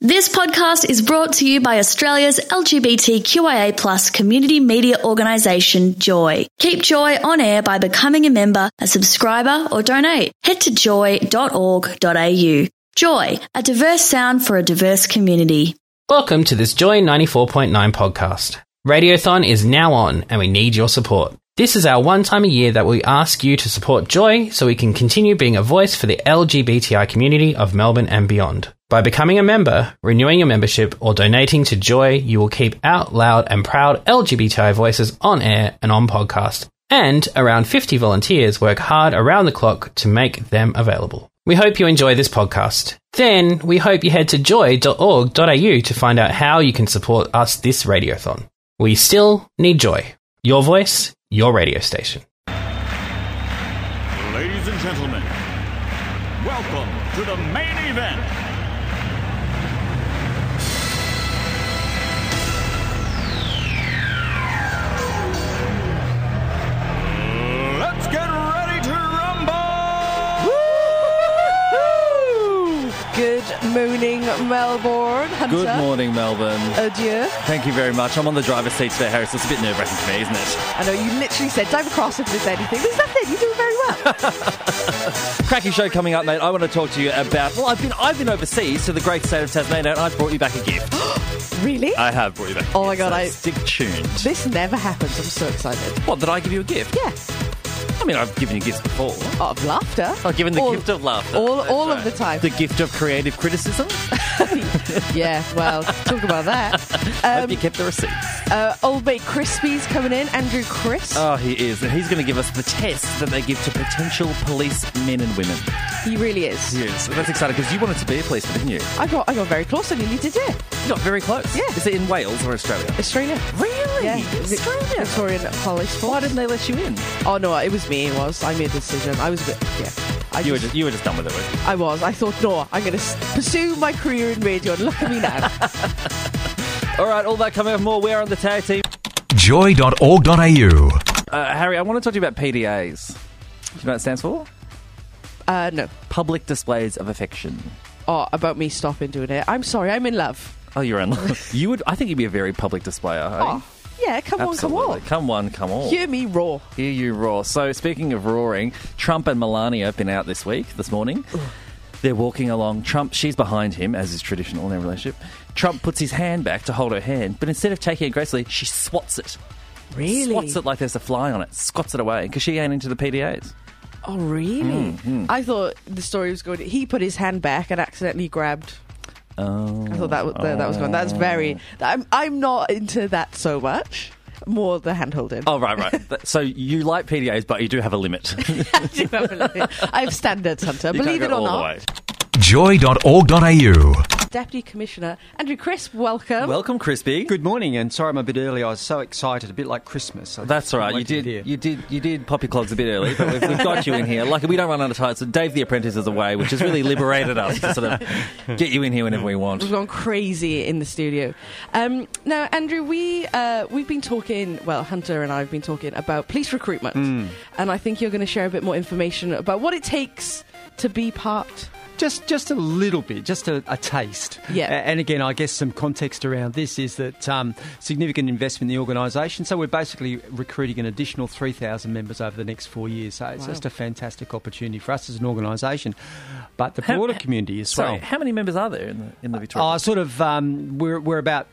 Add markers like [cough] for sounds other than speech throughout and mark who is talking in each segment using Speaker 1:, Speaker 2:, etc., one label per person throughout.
Speaker 1: This podcast is brought to you by Australia's LGBTQIA plus community media organisation, Joy. Keep Joy on air by becoming a member, a subscriber or donate. Head to joy.org.au. Joy, a diverse sound for a diverse community.
Speaker 2: Welcome to this Joy 94.9 podcast. Radiothon is now on and we need your support. This is our one time a year that we ask you to support Joy so we can continue being a voice for the LGBTI community of Melbourne and beyond. By becoming a member, renewing your membership, or donating to Joy, you will keep out loud and proud LGBTI voices on air and on podcast. And around 50 volunteers work hard around the clock to make them available. We hope you enjoy this podcast. Then we hope you head to joy.org.au to find out how you can support us this radiothon. We still need joy. Your voice, your radio station.
Speaker 3: Ladies and gentlemen, welcome to the main event. Let's get ready to rumble!
Speaker 4: Good morning, Melbourne. Hunter. oh
Speaker 5: Good morning, Melbourne.
Speaker 4: Adieu.
Speaker 5: Thank you very much. I'm on the driver's seat today, Harris. It's a bit nerve wracking for me, isn't it?
Speaker 4: I know you literally said, don't cross if there's anything. There's nothing. You're doing very
Speaker 5: [laughs]
Speaker 4: well.
Speaker 5: Cracking show coming up, mate. I want to talk to you about. Well, I've been I've been overseas to the great state of Tasmania, and I've brought you back a gift.
Speaker 4: really?
Speaker 5: [gasps] I have brought you back. A
Speaker 4: Oh
Speaker 5: gift,
Speaker 4: my God,
Speaker 5: so
Speaker 4: I-
Speaker 5: stick tuned.
Speaker 4: this never happens. I'm so excited.
Speaker 5: What? Did I give you a gift?
Speaker 4: Yes.
Speaker 5: I mean, I've given you gifts before.
Speaker 4: Out Oh, of laughter.
Speaker 5: I've Oh, given the
Speaker 4: All-
Speaker 5: gift of laughter.
Speaker 4: All,
Speaker 5: That's
Speaker 4: all of
Speaker 5: right.
Speaker 4: the time.
Speaker 5: The gift of creative criticism.
Speaker 4: [laughs] yeah, well, talk about that.
Speaker 5: [laughs] Hope you
Speaker 4: Um,
Speaker 5: kept the receipts.
Speaker 4: uh, Old Bay Crispies coming in. Andrew Crisp.
Speaker 5: Oh, he is, and he's going to give us the test that they give to potential police men and women.
Speaker 4: he really is.
Speaker 5: Yes, that's exciting because you wanted to be a policeman, didn't you?
Speaker 4: I got I got very close and nearly did it.
Speaker 5: You got very close.
Speaker 4: Yeah.
Speaker 5: Is it in Wales or Australia?
Speaker 4: Australia.
Speaker 5: Really?
Speaker 4: Yeah. Vic- Victorian Police Force.
Speaker 5: Why didn't they let you in?
Speaker 4: Oh, no, it was me. It was. I made the decision. I was a bit, yeah. I
Speaker 5: You were just, you were just done with it. Weren't you?
Speaker 4: I was. I thought, no, I'm going to pursue my career in radio. And look at me now.
Speaker 5: [laughs] All right, all that coming up more. We're on the tag team.
Speaker 6: joy.org.au.
Speaker 5: Uh, Harry, I want to talk to you about PDAs. Do you know what it stands for?
Speaker 4: Uh, no.
Speaker 5: Public displays of affection.
Speaker 4: Oh, about me stopping doing it. I'm sorry. I'm in love.
Speaker 5: Oh, you're in love. [laughs] you would. I think you'd be a very public displayer. Hey?
Speaker 4: Oh, yeah. Come on, come
Speaker 5: Absolutely.
Speaker 4: on.
Speaker 5: Come on, come on.
Speaker 4: Hear me roar.
Speaker 5: Hear you roar. So, speaking of roaring, Trump and Melania have been out this week, this morning. They're walking along. Trump, she's behind him, as is traditional in their relationship. Trump puts his hand back to hold her hand, but instead of taking it gracefully, she swats it. Swats it like there's a fly on it, scots it away, because she ain't into the PDAs.
Speaker 4: Oh, really?
Speaker 5: Mm-hmm.
Speaker 4: I thought the story was going. He put his hand back and accidentally grabbed.
Speaker 5: Oh.
Speaker 4: I thought that was, that was going. That's very. I'm, I'm not into that so much. More the hand holding. [laughs]
Speaker 5: Oh, right, right. Th- so you like PDAs, but you do have a limit. [laughs] You
Speaker 4: I have standards, Hunter.
Speaker 5: can't
Speaker 4: Believe
Speaker 5: go
Speaker 4: it or
Speaker 5: all the
Speaker 4: not.
Speaker 5: way.
Speaker 6: joy.org.au.
Speaker 4: Deputy Commissioner Andrew Crisp, welcome.
Speaker 5: Welcome, Crispy.
Speaker 7: Good morning, and sorry I'm a bit early. I was so excited, a bit like Christmas. I
Speaker 5: That's all right. You
Speaker 7: waited
Speaker 5: did.
Speaker 7: here.
Speaker 5: You did. You did pop your clogs a bit early, but we've, we've got you in here. Like we don't run out of time. So Dave the Apprentice is away, which has really liberated us to sort of get you in here whenever we want.
Speaker 4: We've gone crazy in the studio. Um, now, Andrew, we uh, we've been talking. Well, Hunter and I have been talking about police recruitment, and I think you're going to share a bit more information about what it takes to be part.
Speaker 7: Just, just a little bit, just a, a taste.
Speaker 4: Yeah.
Speaker 7: A- And again, I guess some context around this is that um, significant investment in the organisation. So we're basically recruiting an additional 3,000 members over the next four years. So it's
Speaker 4: Wow.
Speaker 7: just a fantastic opportunity for us as an organisation, but the broader community as
Speaker 5: Sorry,
Speaker 7: well.
Speaker 5: how many members are there in the, in the Victoria?
Speaker 7: Uh, sort of, um, we're, we're about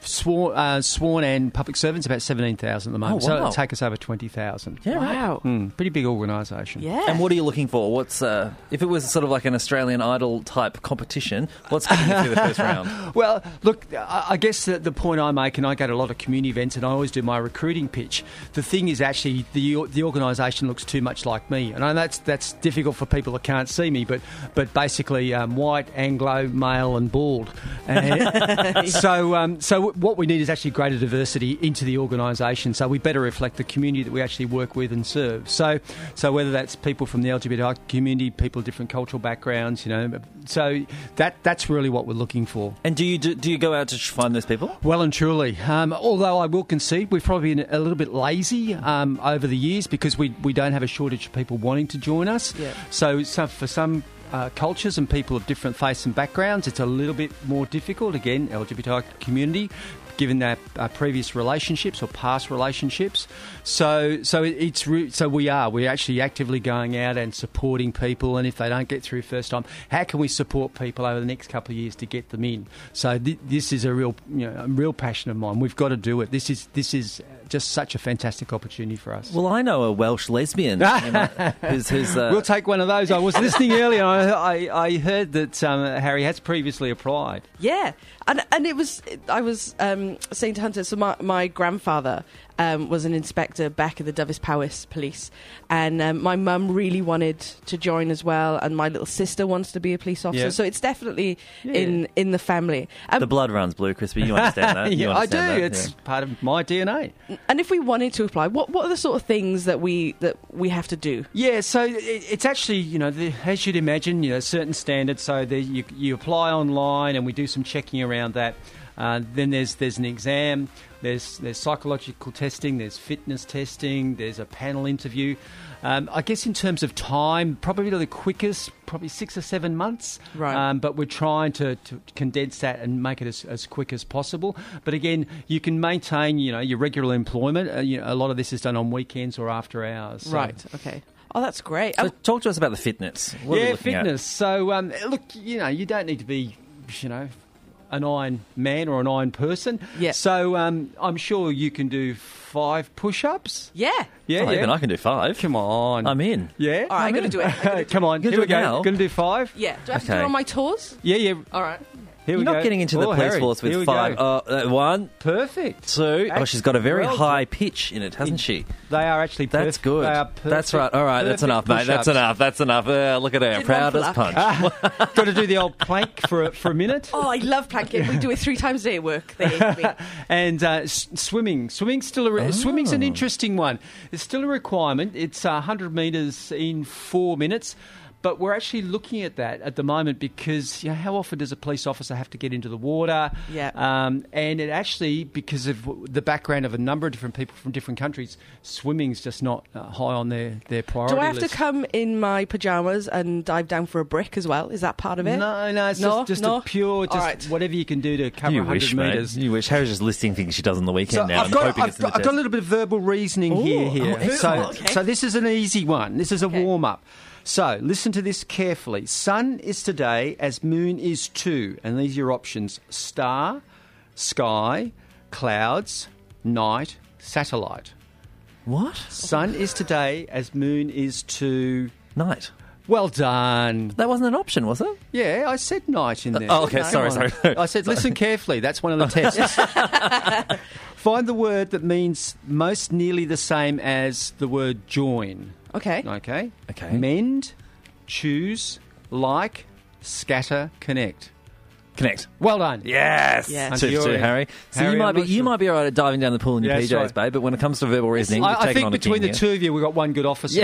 Speaker 7: sworn, uh, sworn and public servants, about 17,000 at the moment. So
Speaker 5: Oh, wow.
Speaker 7: it'll take us over 20,000.
Speaker 5: yeah, right.
Speaker 4: Wow.
Speaker 7: Mm, pretty big organisation.
Speaker 4: Yeah.
Speaker 5: And what are you looking for? What's uh, if it was sort of like an Australian Idol type competition? What's getting you through the first [laughs] round?
Speaker 7: Well, look, I I guess that the point I make, and I go to a lot of community events, and I always do my recruiting pitch. The thing is, actually, the the organisation looks too much like me, and I know that's that's difficult for people that can't see me. But but basically, um, white, Anglo, male, and bald. And so um, so what we need is actually greater diversity into the organisation, so we better reflect the community that we actually work with and serve. So so whether that's people from the LGBTI community, people of different cultural backgrounds, you know, so that that's really what we're looking for.
Speaker 5: And do you do, do you go out to sh- find those people?
Speaker 7: Well and truly. Um, although I will concede we've probably been a little bit lazy um, over the years because we, we don't have a shortage of people wanting to join us.
Speaker 4: Yeah.
Speaker 7: So, some for some uh, cultures and people of different faiths and backgrounds. It's a little bit more difficult, again, LGBTI community, given their uh, previous relationships or past relationships. So, so it, it's re- so we are we're actually actively going out and supporting people. And if they don't get through first time, how can we support people over the next couple of years to get them in? So th- this is a real you know, a real passion of mine. We've got to do it. This is this is just such a fantastic opportunity for us.
Speaker 5: Well, I know a Welsh lesbian [laughs] Emma, who's, who's uh,
Speaker 7: We'll take one of those. I was listening earlier. I, I, I heard that um, Harry has previously applied.
Speaker 4: Yeah, and and it was I was um, saying to Hunter. So my my grandfather um, was an inspector back at the Dovis Powis Police, and um, my mum really wanted to join as well, and my little sister wants to be a police officer.
Speaker 7: Yeah.
Speaker 4: So it's definitely in in the family. Um,
Speaker 5: the blood runs blue, Crispy. You understand [laughs] that? Uh, You
Speaker 7: yeah, I do.
Speaker 5: understand that,
Speaker 7: It's
Speaker 5: yeah.
Speaker 7: part of my DNA.
Speaker 4: and if we wanted to apply, what what are the sort of things that we that we have to do?
Speaker 7: Yeah, so it, it's actually, you know, the, as you'd imagine, you know, certain standards. So there you, you apply online and we do some checking around that. Uh, then there's there's an exam, there's there's psychological testing, there's fitness testing, there's a panel interview. Um, I guess in terms of time, probably the quickest, probably six or seven months.
Speaker 4: Right.
Speaker 7: Um, but we're trying to, to condense that and make it as, as quick as possible. But again, you can maintain, you know, your regular employment. Uh, you know, a lot of this is done on weekends or after hours. so-
Speaker 4: Right. Okay. Oh, that's great.
Speaker 5: So
Speaker 4: Um,
Speaker 5: talk to us about the fitness. What are we
Speaker 7: yeah,
Speaker 5: looking at?
Speaker 7: fitness. So, um, look, you know, you don't need to be, you know, an iron man or an iron person.
Speaker 4: Yeah.
Speaker 7: So, um, I'm sure you can do five push-ups.
Speaker 4: yeah.
Speaker 7: Yeah,
Speaker 5: Oh,
Speaker 7: yeah.
Speaker 5: Even I can do five.
Speaker 7: Come on.
Speaker 5: I'm in.
Speaker 7: Yeah.
Speaker 4: All right,
Speaker 7: I'm
Speaker 4: gonna
Speaker 7: in. [laughs]
Speaker 4: do it. I'm gonna do
Speaker 7: Come on.
Speaker 5: Gonna
Speaker 7: here
Speaker 5: do
Speaker 7: we
Speaker 5: it
Speaker 7: go.
Speaker 5: now?
Speaker 7: Gonna do five.
Speaker 4: Yeah. Do I have to do
Speaker 5: Okay.
Speaker 4: it on my tours?
Speaker 7: Yeah. Yeah.
Speaker 4: All right.
Speaker 7: Here we
Speaker 5: You're
Speaker 7: go.
Speaker 5: not getting into the
Speaker 7: Oh,
Speaker 5: police
Speaker 7: Harry,
Speaker 5: force
Speaker 7: here
Speaker 5: with
Speaker 7: we
Speaker 5: five.
Speaker 7: go.
Speaker 5: Oh, uh, one,
Speaker 7: Perfect.
Speaker 5: two. Oh, she's got a very
Speaker 7: Well
Speaker 5: high pitch in it, hasn't she?
Speaker 7: They are actually. Perf-
Speaker 5: That's good.
Speaker 7: They are
Speaker 5: That's
Speaker 7: perfect-
Speaker 5: right. All right, that's enough,
Speaker 7: perfect
Speaker 5: mate. That's
Speaker 7: push-ups. Ah,
Speaker 5: enough. That's enough. Uh, look at her,
Speaker 4: one
Speaker 5: proud
Speaker 4: for luck.
Speaker 5: as punch.
Speaker 7: [laughs] Got to do the old plank for a- for a minute.
Speaker 4: Oh, I love planking. We do it three times a day at work. They
Speaker 7: [laughs]
Speaker 4: hate me.
Speaker 7: and uh, s- swimming. Swimming's still a re- swimming's
Speaker 4: Oh.
Speaker 7: an interesting one. It's still a requirement. It's uh, 100 meters in four minutes. But we're actually looking at that at the moment because you know, how often does a police officer have to get into the water?
Speaker 4: Yeah.
Speaker 7: Um, and it actually, because of w- the background of a number of different people from different countries, swimming's just not uh, high on their, their priority
Speaker 4: Do I have to
Speaker 7: list.
Speaker 4: come in my pajamas and dive down for a brick as well? Is that part of it?
Speaker 7: No, no, it's
Speaker 4: No,
Speaker 7: just, just
Speaker 4: no?
Speaker 7: a pure, just
Speaker 4: All right.
Speaker 7: whatever you can do to cover
Speaker 5: You
Speaker 7: 100
Speaker 5: wish, mate.
Speaker 7: meters.
Speaker 5: You wish. Harry's just listing things she does on the weekend now.
Speaker 7: I've
Speaker 5: and
Speaker 7: got,
Speaker 5: hoping
Speaker 7: I've
Speaker 5: it's in the
Speaker 7: got- I've got a
Speaker 5: test.
Speaker 7: little bit of verbal reasoning here. here.
Speaker 5: oh,
Speaker 7: so,
Speaker 5: excellent.
Speaker 4: Okay.
Speaker 7: so this is an easy one. This is a
Speaker 4: Okay.
Speaker 7: warm up. So listen to this carefully. Sun is today, as moon is too, and these are your options: star, sky, clouds, night, satellite.
Speaker 5: What?
Speaker 7: Sun is today, as moon is too.
Speaker 5: Night.
Speaker 7: Well done.
Speaker 5: That wasn't an option, was it?
Speaker 7: Yeah, I said night in there.
Speaker 5: oh, okay,
Speaker 7: Come
Speaker 5: sorry,
Speaker 7: on.
Speaker 5: sorry.
Speaker 7: [laughs] I said, listen carefully. That's one of the
Speaker 5: [laughs]
Speaker 7: tests. Find the word that means most nearly the same as the word join.
Speaker 4: Okay.
Speaker 7: Okay?
Speaker 5: Okay.
Speaker 7: Mend, choose, like, scatter, connect.
Speaker 5: Connect.
Speaker 7: Well done.
Speaker 5: Yes.
Speaker 4: Yes.
Speaker 5: Two,
Speaker 7: And you're
Speaker 5: two,
Speaker 7: in.
Speaker 5: Harry. So
Speaker 7: Harry,
Speaker 5: you might
Speaker 7: I'm
Speaker 5: be
Speaker 7: not
Speaker 5: you
Speaker 7: sure.
Speaker 5: might be all right at diving down the pool in your
Speaker 7: Yeah, that's
Speaker 5: PJs,
Speaker 7: right.
Speaker 5: babe. But when it comes to verbal reasoning, you've
Speaker 7: I, I
Speaker 5: taken
Speaker 7: think
Speaker 5: on
Speaker 7: between
Speaker 5: a
Speaker 7: the
Speaker 5: king,
Speaker 7: two of you, we've got one good officer.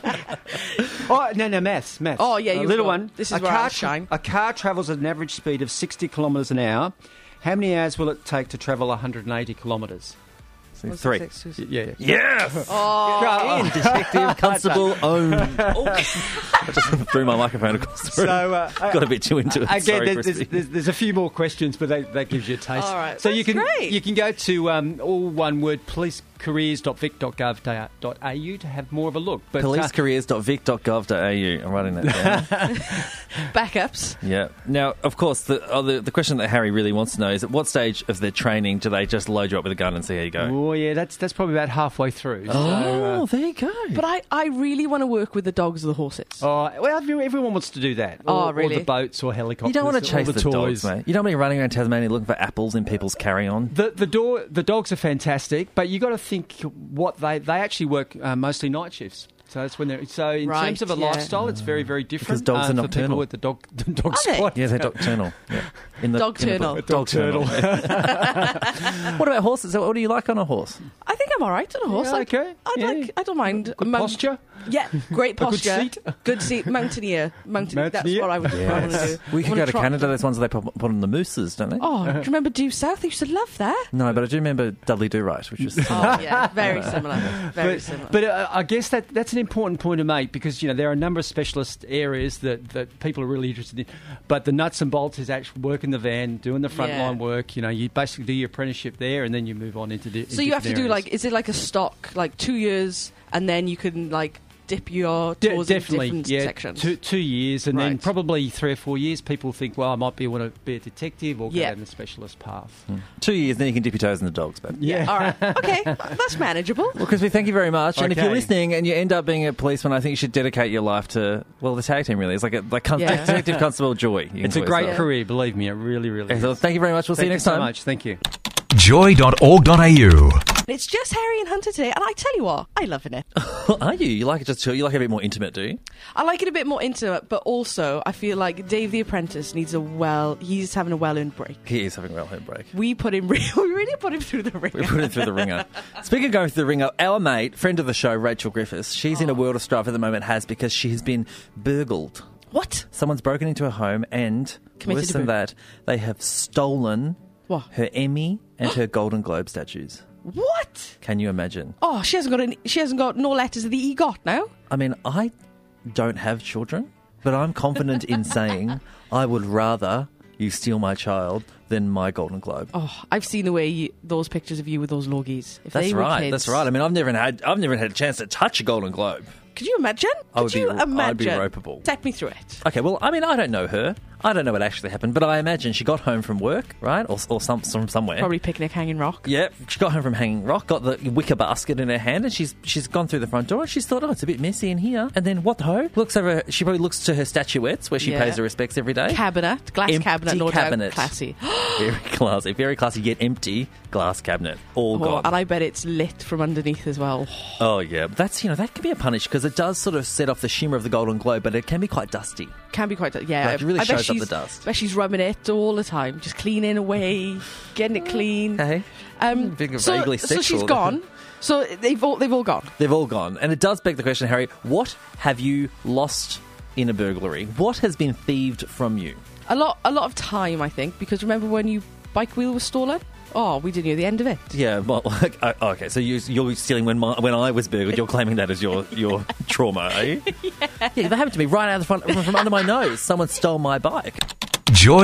Speaker 7: [laughs] oh no, no, maths, maths.
Speaker 4: Oh, yeah,
Speaker 7: a
Speaker 4: you've
Speaker 7: little
Speaker 4: got-
Speaker 7: one.
Speaker 4: this
Speaker 7: a
Speaker 4: is where
Speaker 7: car
Speaker 4: I'll shine.
Speaker 7: A car travels at an average speed of sixty kilometres an hour. How many hours will it take to travel 180 kilometres?
Speaker 5: yeah. three.
Speaker 7: Y- Yeah, yeah.
Speaker 5: Yes.
Speaker 7: Oh,
Speaker 4: [laughs]
Speaker 7: [laughs]
Speaker 5: Detective Constable Owen. [laughs] I just threw my microphone across the room.
Speaker 7: So, uh, I-
Speaker 5: got a bit too into it.
Speaker 7: Again,
Speaker 5: Sorry,
Speaker 7: there's, there's,
Speaker 5: Christy.
Speaker 7: there's, there's a few more questions, but that, that gives you a taste.
Speaker 4: All right.
Speaker 7: So
Speaker 4: That's
Speaker 7: you can
Speaker 4: great.
Speaker 7: you can go to um, all one word policecareers.vic.gov.au to have more of a look. But uh,
Speaker 5: policecareers.vic.gov.au. I'm writing
Speaker 7: [laughs]
Speaker 5: that down.
Speaker 4: Backups.
Speaker 5: yeah. Now, of course, the, oh, the the question that Harry really wants to know is: at what stage of their training do they just load you up with a gun and see how you go?
Speaker 7: oh yeah, that's that's probably about halfway through.
Speaker 4: Oh,
Speaker 7: so, uh,
Speaker 5: there you go.
Speaker 4: But I, I really want to work with the dogs or the horses.
Speaker 7: Oh, well, every- everyone wants to do that.
Speaker 4: Oh,
Speaker 7: Or- Or
Speaker 4: really?
Speaker 7: the boats or helicopters.
Speaker 5: you don't want
Speaker 7: or
Speaker 5: to chase the,
Speaker 7: the, toys.
Speaker 5: dogs, mate. You don't want to be running around Tasmania looking for apples in people's carry-on.
Speaker 7: The the door the dogs are fantastic, but you got to think what they they actually work uh, mostly night shifts. So that's when they're so in
Speaker 4: Right,
Speaker 7: terms of a
Speaker 4: yeah.
Speaker 7: lifestyle, it's very very different. uh,
Speaker 5: dogs are
Speaker 7: for people
Speaker 5: nocturnal.
Speaker 7: with the dog [laughs] the dog
Speaker 4: Are they?
Speaker 7: squad.
Speaker 5: Yeah, they're
Speaker 7: [laughs]
Speaker 5: nocturnal. Yeah. In the,
Speaker 4: Dogturnal.
Speaker 5: [laughs] Dog, dog turtle. what about horses? What do you like on a horse?
Speaker 4: I think I'm I'm all right on a horse.
Speaker 7: Yeah,
Speaker 4: like,
Speaker 7: okay.
Speaker 4: I'd
Speaker 7: Yeah.
Speaker 4: like, I don't mind.
Speaker 7: Good
Speaker 4: Mount-
Speaker 7: posture.
Speaker 4: Yeah, great
Speaker 7: [laughs] good
Speaker 4: posture.
Speaker 7: seat.
Speaker 4: Good seat. Mountaineer. Mountaineer. That's
Speaker 7: Mountaineer.
Speaker 4: what I would want to do.
Speaker 5: We could
Speaker 4: Wanna
Speaker 5: go to
Speaker 4: trot-
Speaker 5: Canada. Those ones that they put put on the mooses, don't they?
Speaker 4: Oh, do you remember Due South? I used to love that.
Speaker 5: No, but I do remember Dudley Do Right, which
Speaker 7: [laughs]
Speaker 5: was
Speaker 4: Oh, yeah, very similar. Very
Speaker 7: but,
Speaker 4: similar.
Speaker 7: but, uh, I guess that that's an important point to make because you know there are a number of specialist areas that, that people are really interested in, but the nuts and bolts is actually working the van, doing the
Speaker 4: Yeah.
Speaker 7: frontline work. You know, you basically do your apprenticeship there, and then you move on into the.
Speaker 4: so you have to do like, is it like a stock, like two years, and then you can like dip your
Speaker 7: De-
Speaker 4: tours
Speaker 7: definitely,
Speaker 4: in different
Speaker 7: yeah,
Speaker 4: sections?
Speaker 7: two two years, and then
Speaker 4: Right.
Speaker 7: probably three or four years. People think, well, I might be want to be a detective or go
Speaker 4: Yeah.
Speaker 7: down the specialist path.
Speaker 5: two years. Then you can dip your toes in the dogs, babe.
Speaker 7: Yeah.
Speaker 4: All right.
Speaker 7: [laughs]
Speaker 4: Okay, that's manageable.
Speaker 5: Well, Chris, we thank you very much. And if
Speaker 7: Okay.
Speaker 5: you're listening and you end up being a policeman, I think you should dedicate your life to well, the tag team really. It's like a, like con-
Speaker 4: Yeah.
Speaker 7: [laughs]
Speaker 5: Detective Constable Joy. You can
Speaker 7: It's a
Speaker 5: call
Speaker 7: great
Speaker 5: yourself.
Speaker 7: career, believe me. It really, really.
Speaker 5: Okay, so
Speaker 7: is.
Speaker 5: thank you very much. We'll see
Speaker 7: Thank
Speaker 5: you next
Speaker 7: so
Speaker 5: time.
Speaker 7: much. Thank you.
Speaker 6: joy.org.au.
Speaker 4: It's just Harry and Hunter today, and I tell you what, I loving it.
Speaker 5: Are you? You like it just chill? You like it a bit more intimate, do you?
Speaker 4: I like it a bit more intimate, but also I feel like Dave the Apprentice needs a well. He's having a well-earned break.
Speaker 5: He is having a well home break. [laughs]
Speaker 4: We put him. [laughs] re- We really put him through the
Speaker 5: We
Speaker 4: ringer.
Speaker 5: put it through the ringer. Speaking of going through the ringer, our mate, friend of the show, Rachel Griffiths, she's
Speaker 7: Oh.
Speaker 5: in a world of strife at the moment, has because she has been burgled.
Speaker 4: What?
Speaker 5: Someone's broken into her home and,
Speaker 4: Committed
Speaker 5: worse
Speaker 4: a
Speaker 5: than
Speaker 4: bur-
Speaker 5: that, they have stolen
Speaker 4: What?
Speaker 5: her Emmy and her Golden Globe statues.
Speaker 4: What?
Speaker 5: Can you imagine?
Speaker 4: Oh, she hasn't got any. She hasn't got no letters of the EGOT now.
Speaker 5: I mean, I don't have children, but I'm
Speaker 4: [laughs]
Speaker 5: confident in saying I would rather you steal my child than my Golden Globe.
Speaker 4: Oh, I've seen the way you, those pictures of you with those loggies. If
Speaker 5: that's
Speaker 4: they were
Speaker 5: right.
Speaker 4: kids-
Speaker 5: That's right. I mean, I've never had I've never had a chance to touch a Golden Globe.
Speaker 4: Could you imagine?
Speaker 5: I
Speaker 4: Could
Speaker 5: would be-
Speaker 4: you
Speaker 5: I'd be
Speaker 4: imagine?
Speaker 5: ropeable.
Speaker 4: Take me through it.
Speaker 5: Okay, well, I mean, I don't know her. I don't know what actually happened, but I imagine she got home from work, right, or, or some, from somewhere.
Speaker 4: Probably picnic, hanging rock.
Speaker 5: Yep, she got home from Hanging Rock, got the wicker basket in her hand, and she's she's gone through the front door, and she's thought, oh, it's a bit messy in here. And then what the ho? Looks over. She probably looks to her statuettes where she
Speaker 4: Yeah.
Speaker 5: pays her respects every day.
Speaker 4: Cabinet, glass
Speaker 5: Empty
Speaker 4: cabinet, no
Speaker 5: cabinet. Oh,
Speaker 4: doubt, classy.
Speaker 5: [gasps] very classy, very classy. Yet empty glass cabinet, all
Speaker 4: Oh,
Speaker 5: gone.
Speaker 4: and I bet it's lit from underneath as well.
Speaker 5: oh yeah, But that's you know that can be a punish because it does sort of set off the shimmer of the Golden Globe, but it can be quite dusty.
Speaker 4: Can be quite, yeah.
Speaker 5: Right, it really
Speaker 4: I bet
Speaker 5: shows up the
Speaker 4: she's-
Speaker 5: dust.
Speaker 4: I bet she's rubbing it all the time, just cleaning away, getting it clean.
Speaker 5: Hey.
Speaker 4: Um,
Speaker 5: Being
Speaker 4: so,
Speaker 5: vaguely
Speaker 4: so she's
Speaker 5: sexual.
Speaker 4: gone. So they've all they've all gone.
Speaker 5: They've all gone. And it does beg the question, Harry, what have you lost in a burglary? What has been thieved from you?
Speaker 4: A lot a lot of time, I think, because remember when you bike wheel was stolen? Oh, we didn't hear the end of it.
Speaker 5: Yeah, well, [laughs] oh, okay. So you, you're stealing when my, when I was burgled. You're claiming that as your your trauma, are you? yeah. that happened to me right out of the front from under my nose. Someone stole my bike.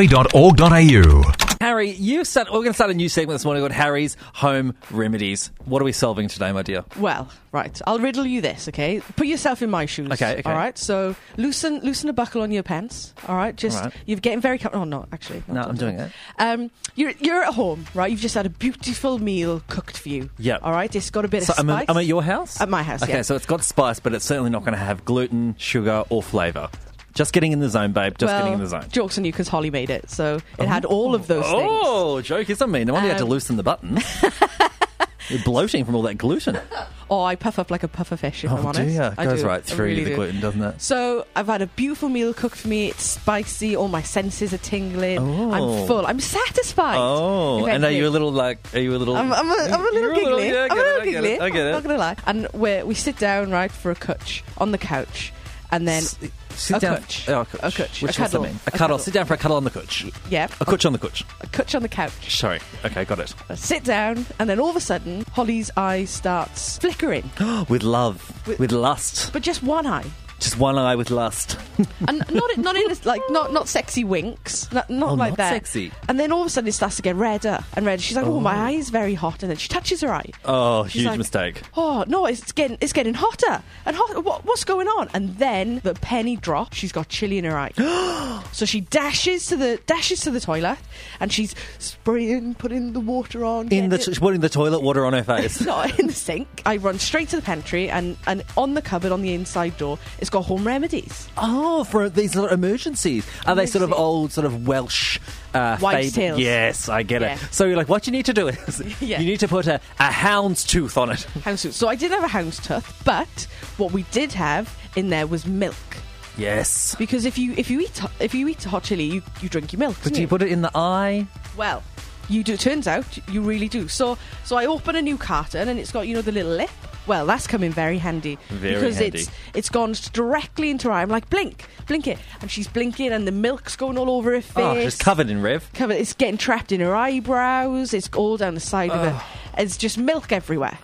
Speaker 6: joy.org.au.
Speaker 5: Harry, you start. We're going to start a new segment this morning called Harry's Home Remedies. What are we solving today, my dear?
Speaker 4: Well, right. I'll riddle you this, okay? Put yourself in my shoes.
Speaker 5: Okay, okay.
Speaker 4: All right. So loosen loosen a buckle on your pants. All right. Just
Speaker 5: All right.
Speaker 4: you're getting very com- Oh no, actually.
Speaker 5: No, I'm doing it.
Speaker 4: Um, you're you're at home, right? You've just had a beautiful meal cooked for you.
Speaker 5: Yep.
Speaker 4: All right. It's got a bit
Speaker 5: So
Speaker 4: of
Speaker 5: I'm,
Speaker 4: spice.
Speaker 5: at- I'm at your house.
Speaker 4: At my house,
Speaker 5: Okay,
Speaker 4: yeah.
Speaker 5: so it's got spice, but it's certainly not going to have gluten, sugar, or flavour. Just getting in the zone, babe. Just
Speaker 4: well,
Speaker 5: getting in the zone.
Speaker 4: Jokes on you because Holly made it, so it had all of those things.
Speaker 5: Oh, joke is on me. No wonder you had to
Speaker 4: Um,
Speaker 5: loosen
Speaker 4: [laughs]
Speaker 5: the button. You're bloating from all that gluten.
Speaker 4: Oh, I puff up like a puffer fish, if I'm
Speaker 5: Oh, do
Speaker 4: honest.
Speaker 5: you?
Speaker 4: I
Speaker 5: Goes
Speaker 4: do. I
Speaker 5: right through
Speaker 4: really
Speaker 5: the
Speaker 4: do.
Speaker 5: gluten, doesn't it?
Speaker 4: So I've had a beautiful meal cooked for me. It's spicy. All my senses are tingling.
Speaker 5: Oh.
Speaker 4: I'm full. I'm satisfied.
Speaker 5: Oh,
Speaker 4: If
Speaker 5: and are
Speaker 4: anything.
Speaker 5: you a little like? Are you a little?
Speaker 4: I'm, I'm, a, I'm a
Speaker 5: You're
Speaker 4: little giggly.
Speaker 5: yeah, I
Speaker 4: I'm a little
Speaker 5: get it, I get it,
Speaker 4: giggly.
Speaker 5: I get
Speaker 4: I'm not
Speaker 5: it.
Speaker 4: gonna lie. And we we sit down right for a kutch on the couch, and then
Speaker 5: S- Sit
Speaker 4: a
Speaker 5: down.
Speaker 4: couch.
Speaker 5: Oh, a couch.
Speaker 4: A couch.
Speaker 5: Which
Speaker 4: A
Speaker 5: what's that
Speaker 4: cuddle.
Speaker 5: mean? A
Speaker 4: A
Speaker 5: cuddle.
Speaker 4: cuddle.
Speaker 5: Sit down for a cuddle on the couch.
Speaker 4: yeah,
Speaker 5: A couch on the couch.
Speaker 4: a kutch on the couch.
Speaker 5: Sorry. Okay, got it.
Speaker 4: I sit down, and then all of a sudden, Holly's eye starts
Speaker 5: [gasps]
Speaker 4: flickering,
Speaker 5: With love, with,
Speaker 4: Oh, With-
Speaker 5: lust,
Speaker 4: but just one eye,
Speaker 5: just one eye with lust.
Speaker 4: and not not in a, like not not sexy winks, not, not
Speaker 5: Oh,
Speaker 4: like
Speaker 5: not
Speaker 4: that.
Speaker 5: sexy.
Speaker 4: And then all of a sudden, it starts to get redder and redder. She's like, "Oh, my eye is very hot," and then she touches her eye.
Speaker 5: Oh,
Speaker 4: She's
Speaker 5: huge
Speaker 4: like,
Speaker 5: mistake.
Speaker 4: Oh no, it's getting it's getting hotter and hotter. What, what's going on? And then the penny drops. She's got chili in her eye,
Speaker 5: [gasps]
Speaker 4: so she dashes to the dashes to the toilet, and she's spraying, putting the water on.
Speaker 5: In the
Speaker 4: getting
Speaker 5: t-
Speaker 4: it-
Speaker 5: she's putting the toilet water on her
Speaker 4: [laughs]
Speaker 5: face.
Speaker 4: not in the sink. I run straight to the pantry and and on the cupboard on the inside door, it's got home remedies.
Speaker 5: Oh, for these little emergencies. Are they sort of
Speaker 4: Emergencies.
Speaker 5: old, sort of Welsh? Uh,
Speaker 4: Wives'
Speaker 5: fable-
Speaker 4: tales.
Speaker 5: Yes, I get
Speaker 4: Yeah.
Speaker 5: it. So you're like, what you need to do
Speaker 4: [laughs]
Speaker 5: is
Speaker 4: Yeah.
Speaker 5: you need to put a, a hound's
Speaker 4: [laughs]
Speaker 5: tooth on it.
Speaker 4: Houndstooth. So I did have a houndstooth, but what we did have in there was milk.
Speaker 5: Yes.
Speaker 4: Because if you if you eat if you eat hot chili, you, you drink your milk.
Speaker 5: But
Speaker 4: don't
Speaker 5: do you put it in the eye?
Speaker 4: Well, You do. It turns out you really do. So, so I open a new carton and it's got you know the little lip. Well, that's come in very handy
Speaker 5: Very
Speaker 4: because
Speaker 5: handy.
Speaker 4: it's it's gone directly into her. eye. I'm like, blink, blink it, and she's blinking, and the milk's going all over her face.
Speaker 5: Oh, she's covered in rev.
Speaker 4: Covered- It's getting trapped in her eyebrows. It's all down the side of her. It's just milk
Speaker 5: [laughs]
Speaker 4: everywhere.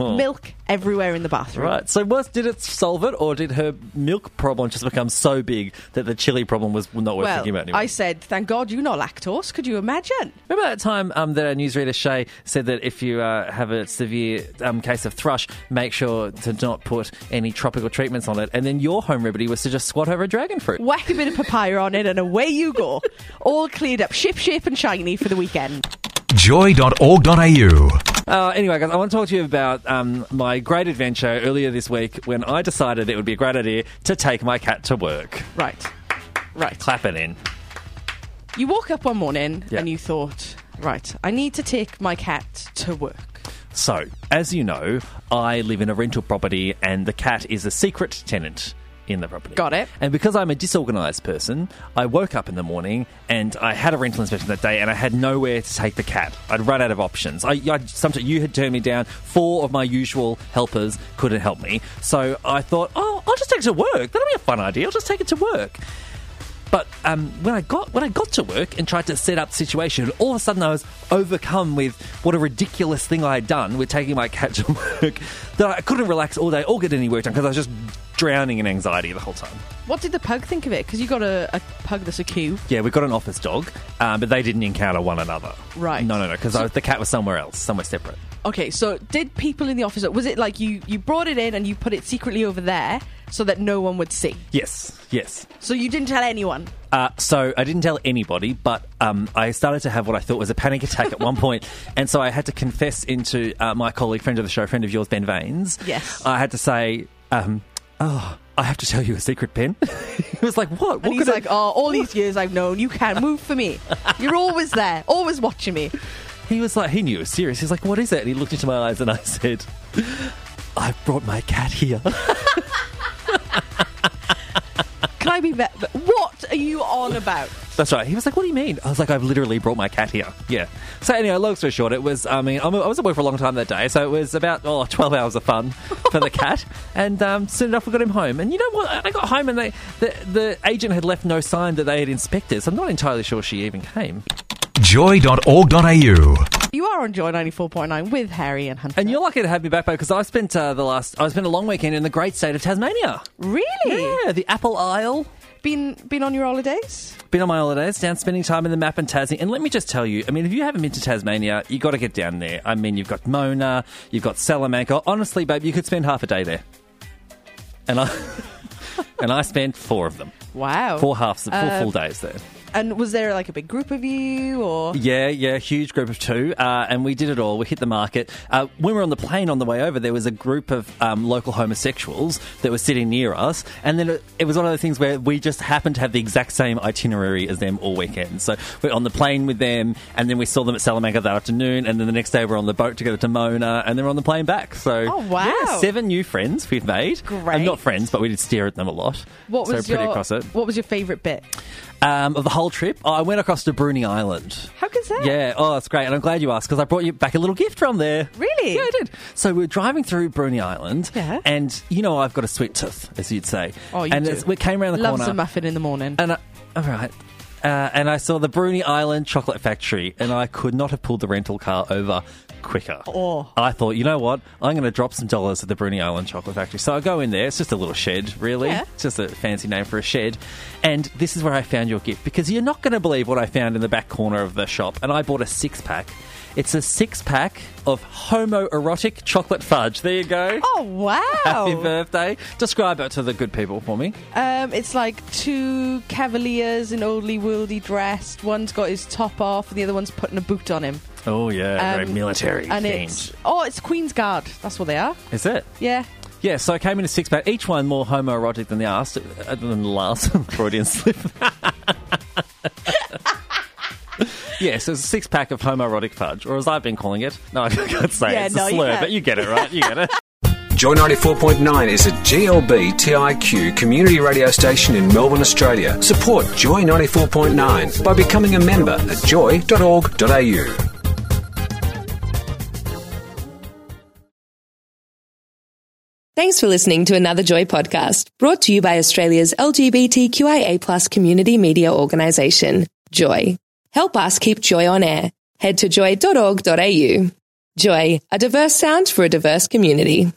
Speaker 4: Milk everywhere in the bathroom.
Speaker 5: Right. So, was, did it solve it, or did her milk problem just become so big that the chili problem was not worth
Speaker 4: Well,
Speaker 5: thinking about anymore?
Speaker 4: I said, thank God you're not lactose. Could you imagine?
Speaker 5: Remember that time um, that our newsreader Shay said that if you uh, have a severe um, case of thrush, make sure to not put any tropical treatments on it. And then your home remedy was to just squat over a dragon fruit.
Speaker 4: Whack a bit of papaya on it, and away you go. All cleared up, ship shape and shiny for the weekend.
Speaker 6: Joy.org.au.
Speaker 5: Uh, anyway, guys, I want to talk to you about um, my great adventure earlier this week when I decided it would be a great idea to take my cat to work.
Speaker 4: Right, right.
Speaker 5: Clap it in.
Speaker 4: You woke up one morning
Speaker 5: Yeah.
Speaker 4: and you thought, right, I need to take my cat to work.
Speaker 5: So, as you know, I live in a rental property and the cat is a secret tenant in the property.
Speaker 4: Got it.
Speaker 5: And because I'm a disorganized person, I woke up in the morning and I had a rental inspection that day and I had nowhere to take the cat. I'd run out of options. I, I sometimes you had turned me down. Four of my usual helpers couldn't help me. So, I thought, "Oh, I'll just take it to work. That'll be a fun idea. I'll just take it to work." But um, when I got when I got to work and tried to set up the situation, all of a sudden I was overcome with what a ridiculous thing I had done with taking my cat to [laughs] work that I couldn't relax all day or get any work done because I was just drowning in anxiety the whole time.
Speaker 4: What did the pug think of it? Because you got a, a pug that's a cue.
Speaker 5: Yeah, we got an office dog, um, but they didn't encounter one another.
Speaker 4: Right.
Speaker 5: No, no, no, because the cat was somewhere else, somewhere separate.
Speaker 4: Okay, so did people in the office? Was it like you you brought it in and you put it secretly over there so that no one would see?
Speaker 5: Yes, yes.
Speaker 4: So you didn't tell anyone.
Speaker 5: Uh, so I didn't tell anybody, but um, I started to have what I thought was a panic [laughs] attack at one point, and so I had to confess into uh, my colleague, friend of the show, friend of yours, Ben Vanes.
Speaker 4: Yes.
Speaker 5: I had to say, um, "Oh, I have to tell you a secret, Ben." [laughs] he was like, "What?" what
Speaker 4: And he's
Speaker 5: could I-
Speaker 4: like, oh, all these years I've known you can't move for me. You're always there, always watching me.
Speaker 5: He was like, he knew it was serious. He's like, "What is it?" And he looked into my eyes, and I said, "I brought my cat here." [laughs]
Speaker 4: Can I be vet? What are you on about?
Speaker 5: That's right. He was like, "What do you mean?" I was like, "I've literally brought my cat here." Yeah. So anyway, long story short, it was. I mean, I'm- I was at work for a long time that day, so it was about oh, [laughs] 12 hours of fun for the cat. And um, soon enough, we got him home. And you know what? I got home, and they the, the agent had left no sign that they had inspected. So I'm not entirely sure she even came.
Speaker 6: Joy.org.au.
Speaker 4: You are on Joy 94.9 with Harry and Hunter.
Speaker 5: And you're lucky to have me back, because I spent uh, the last I spent a long weekend in the great state of Tasmania.
Speaker 4: really?
Speaker 5: Yeah, the Apple Isle.
Speaker 4: Been been on your holidays?
Speaker 5: Been on my holidays, down spending time in the map and Tassie. And let me just tell you, I mean, if you haven't been to Tasmania, you got to get down there. I mean, you've got Mona, you've got Salamanca. Honestly, babe, you could spend half a day there. And I, [laughs] and I spent four of them,
Speaker 4: Wow.
Speaker 5: four halves, four
Speaker 4: Uh,
Speaker 5: full days there.
Speaker 4: And was there like a big group of you or?
Speaker 5: Yeah, yeah, huge group of two, uh, and we did it all. We hit the market. Uh, when we were on the plane on the way over, there was a group of um, local homosexuals that were sitting near us, and then it, it was one of those things where we just happened to have the exact same itinerary as them all weekend. So we're on the plane with them, and then we saw them at Salamanca that afternoon, and then the next day we're on the boat together to Mona, and then we're on the plane back. So
Speaker 4: Oh, wow.
Speaker 5: yeah, seven new friends we've made.
Speaker 4: Great.
Speaker 5: Um, not friends, but we did stare at them a lot.
Speaker 4: What
Speaker 5: so
Speaker 4: was
Speaker 5: pretty
Speaker 4: your
Speaker 5: across it
Speaker 4: What was your favourite bit?
Speaker 5: um, of the whole trip. I went across to Bruni Island.
Speaker 4: How good's that?
Speaker 5: Yeah, oh, that's great. And I'm glad you asked because I brought you back a little gift from there.
Speaker 4: Really?
Speaker 5: Yeah, I did. So we were driving through Bruni Island.
Speaker 4: Yeah.
Speaker 5: And you know, I've got a sweet tooth, as you'd say.
Speaker 4: Oh, you
Speaker 5: And
Speaker 4: do.
Speaker 5: as we came around the
Speaker 4: Loves
Speaker 5: corner.
Speaker 4: a muffin in the morning.
Speaker 5: and I, all right. Uh, and I saw the Bruni Island Chocolate Factory, and I could not have pulled the rental car over quicker.
Speaker 4: Oh.
Speaker 5: I thought, you know what? I'm going to drop some dollars at the Bruni Island Chocolate Factory. So I go in there. It's just a little shed, really.
Speaker 4: Yeah.
Speaker 5: It's just a fancy name for a shed. And this is where I found your gift because you're not going to believe what I found in the back corner of the shop. And I bought a six pack. It's a six pack of homoerotic chocolate fudge. There you go.
Speaker 4: oh
Speaker 5: Happy
Speaker 4: wow!
Speaker 5: birthday. Describe it to the good people for me.
Speaker 4: Um, it's like two cavaliers in oldly worldy dressed. One's got his top off, and the other one's putting a boot on him.
Speaker 5: Oh, yeah. very
Speaker 4: Um,
Speaker 5: military.
Speaker 4: And
Speaker 5: themed.
Speaker 4: it's oh, it's Queen's Guard. That's what they are.
Speaker 5: Is it?
Speaker 4: Yeah.
Speaker 5: Yeah, so I came in a six pack, each one more homoerotic than the last, uh, than the last [laughs] Freudian slip. yeah, so it's a six pack of homoerotic fudge, or as I've been calling it. No, [laughs] I can't say
Speaker 4: Yeah,
Speaker 5: it's
Speaker 4: no,
Speaker 5: a
Speaker 4: you
Speaker 5: slur,
Speaker 4: can't.
Speaker 5: but you get it, right? You get it.
Speaker 6: Joy 94.9 is a GLBTIQ community radio station in Melbourne, Australia. Support Joy 94.9 by becoming a member at joy.org.au.
Speaker 8: Thanks for listening to another Joy podcast brought to you by Australia's LGBTQIA plus community media organisation, Joy. Help us keep Joy on air. Head to joy.org.au. Joy, a diverse sound for a diverse community.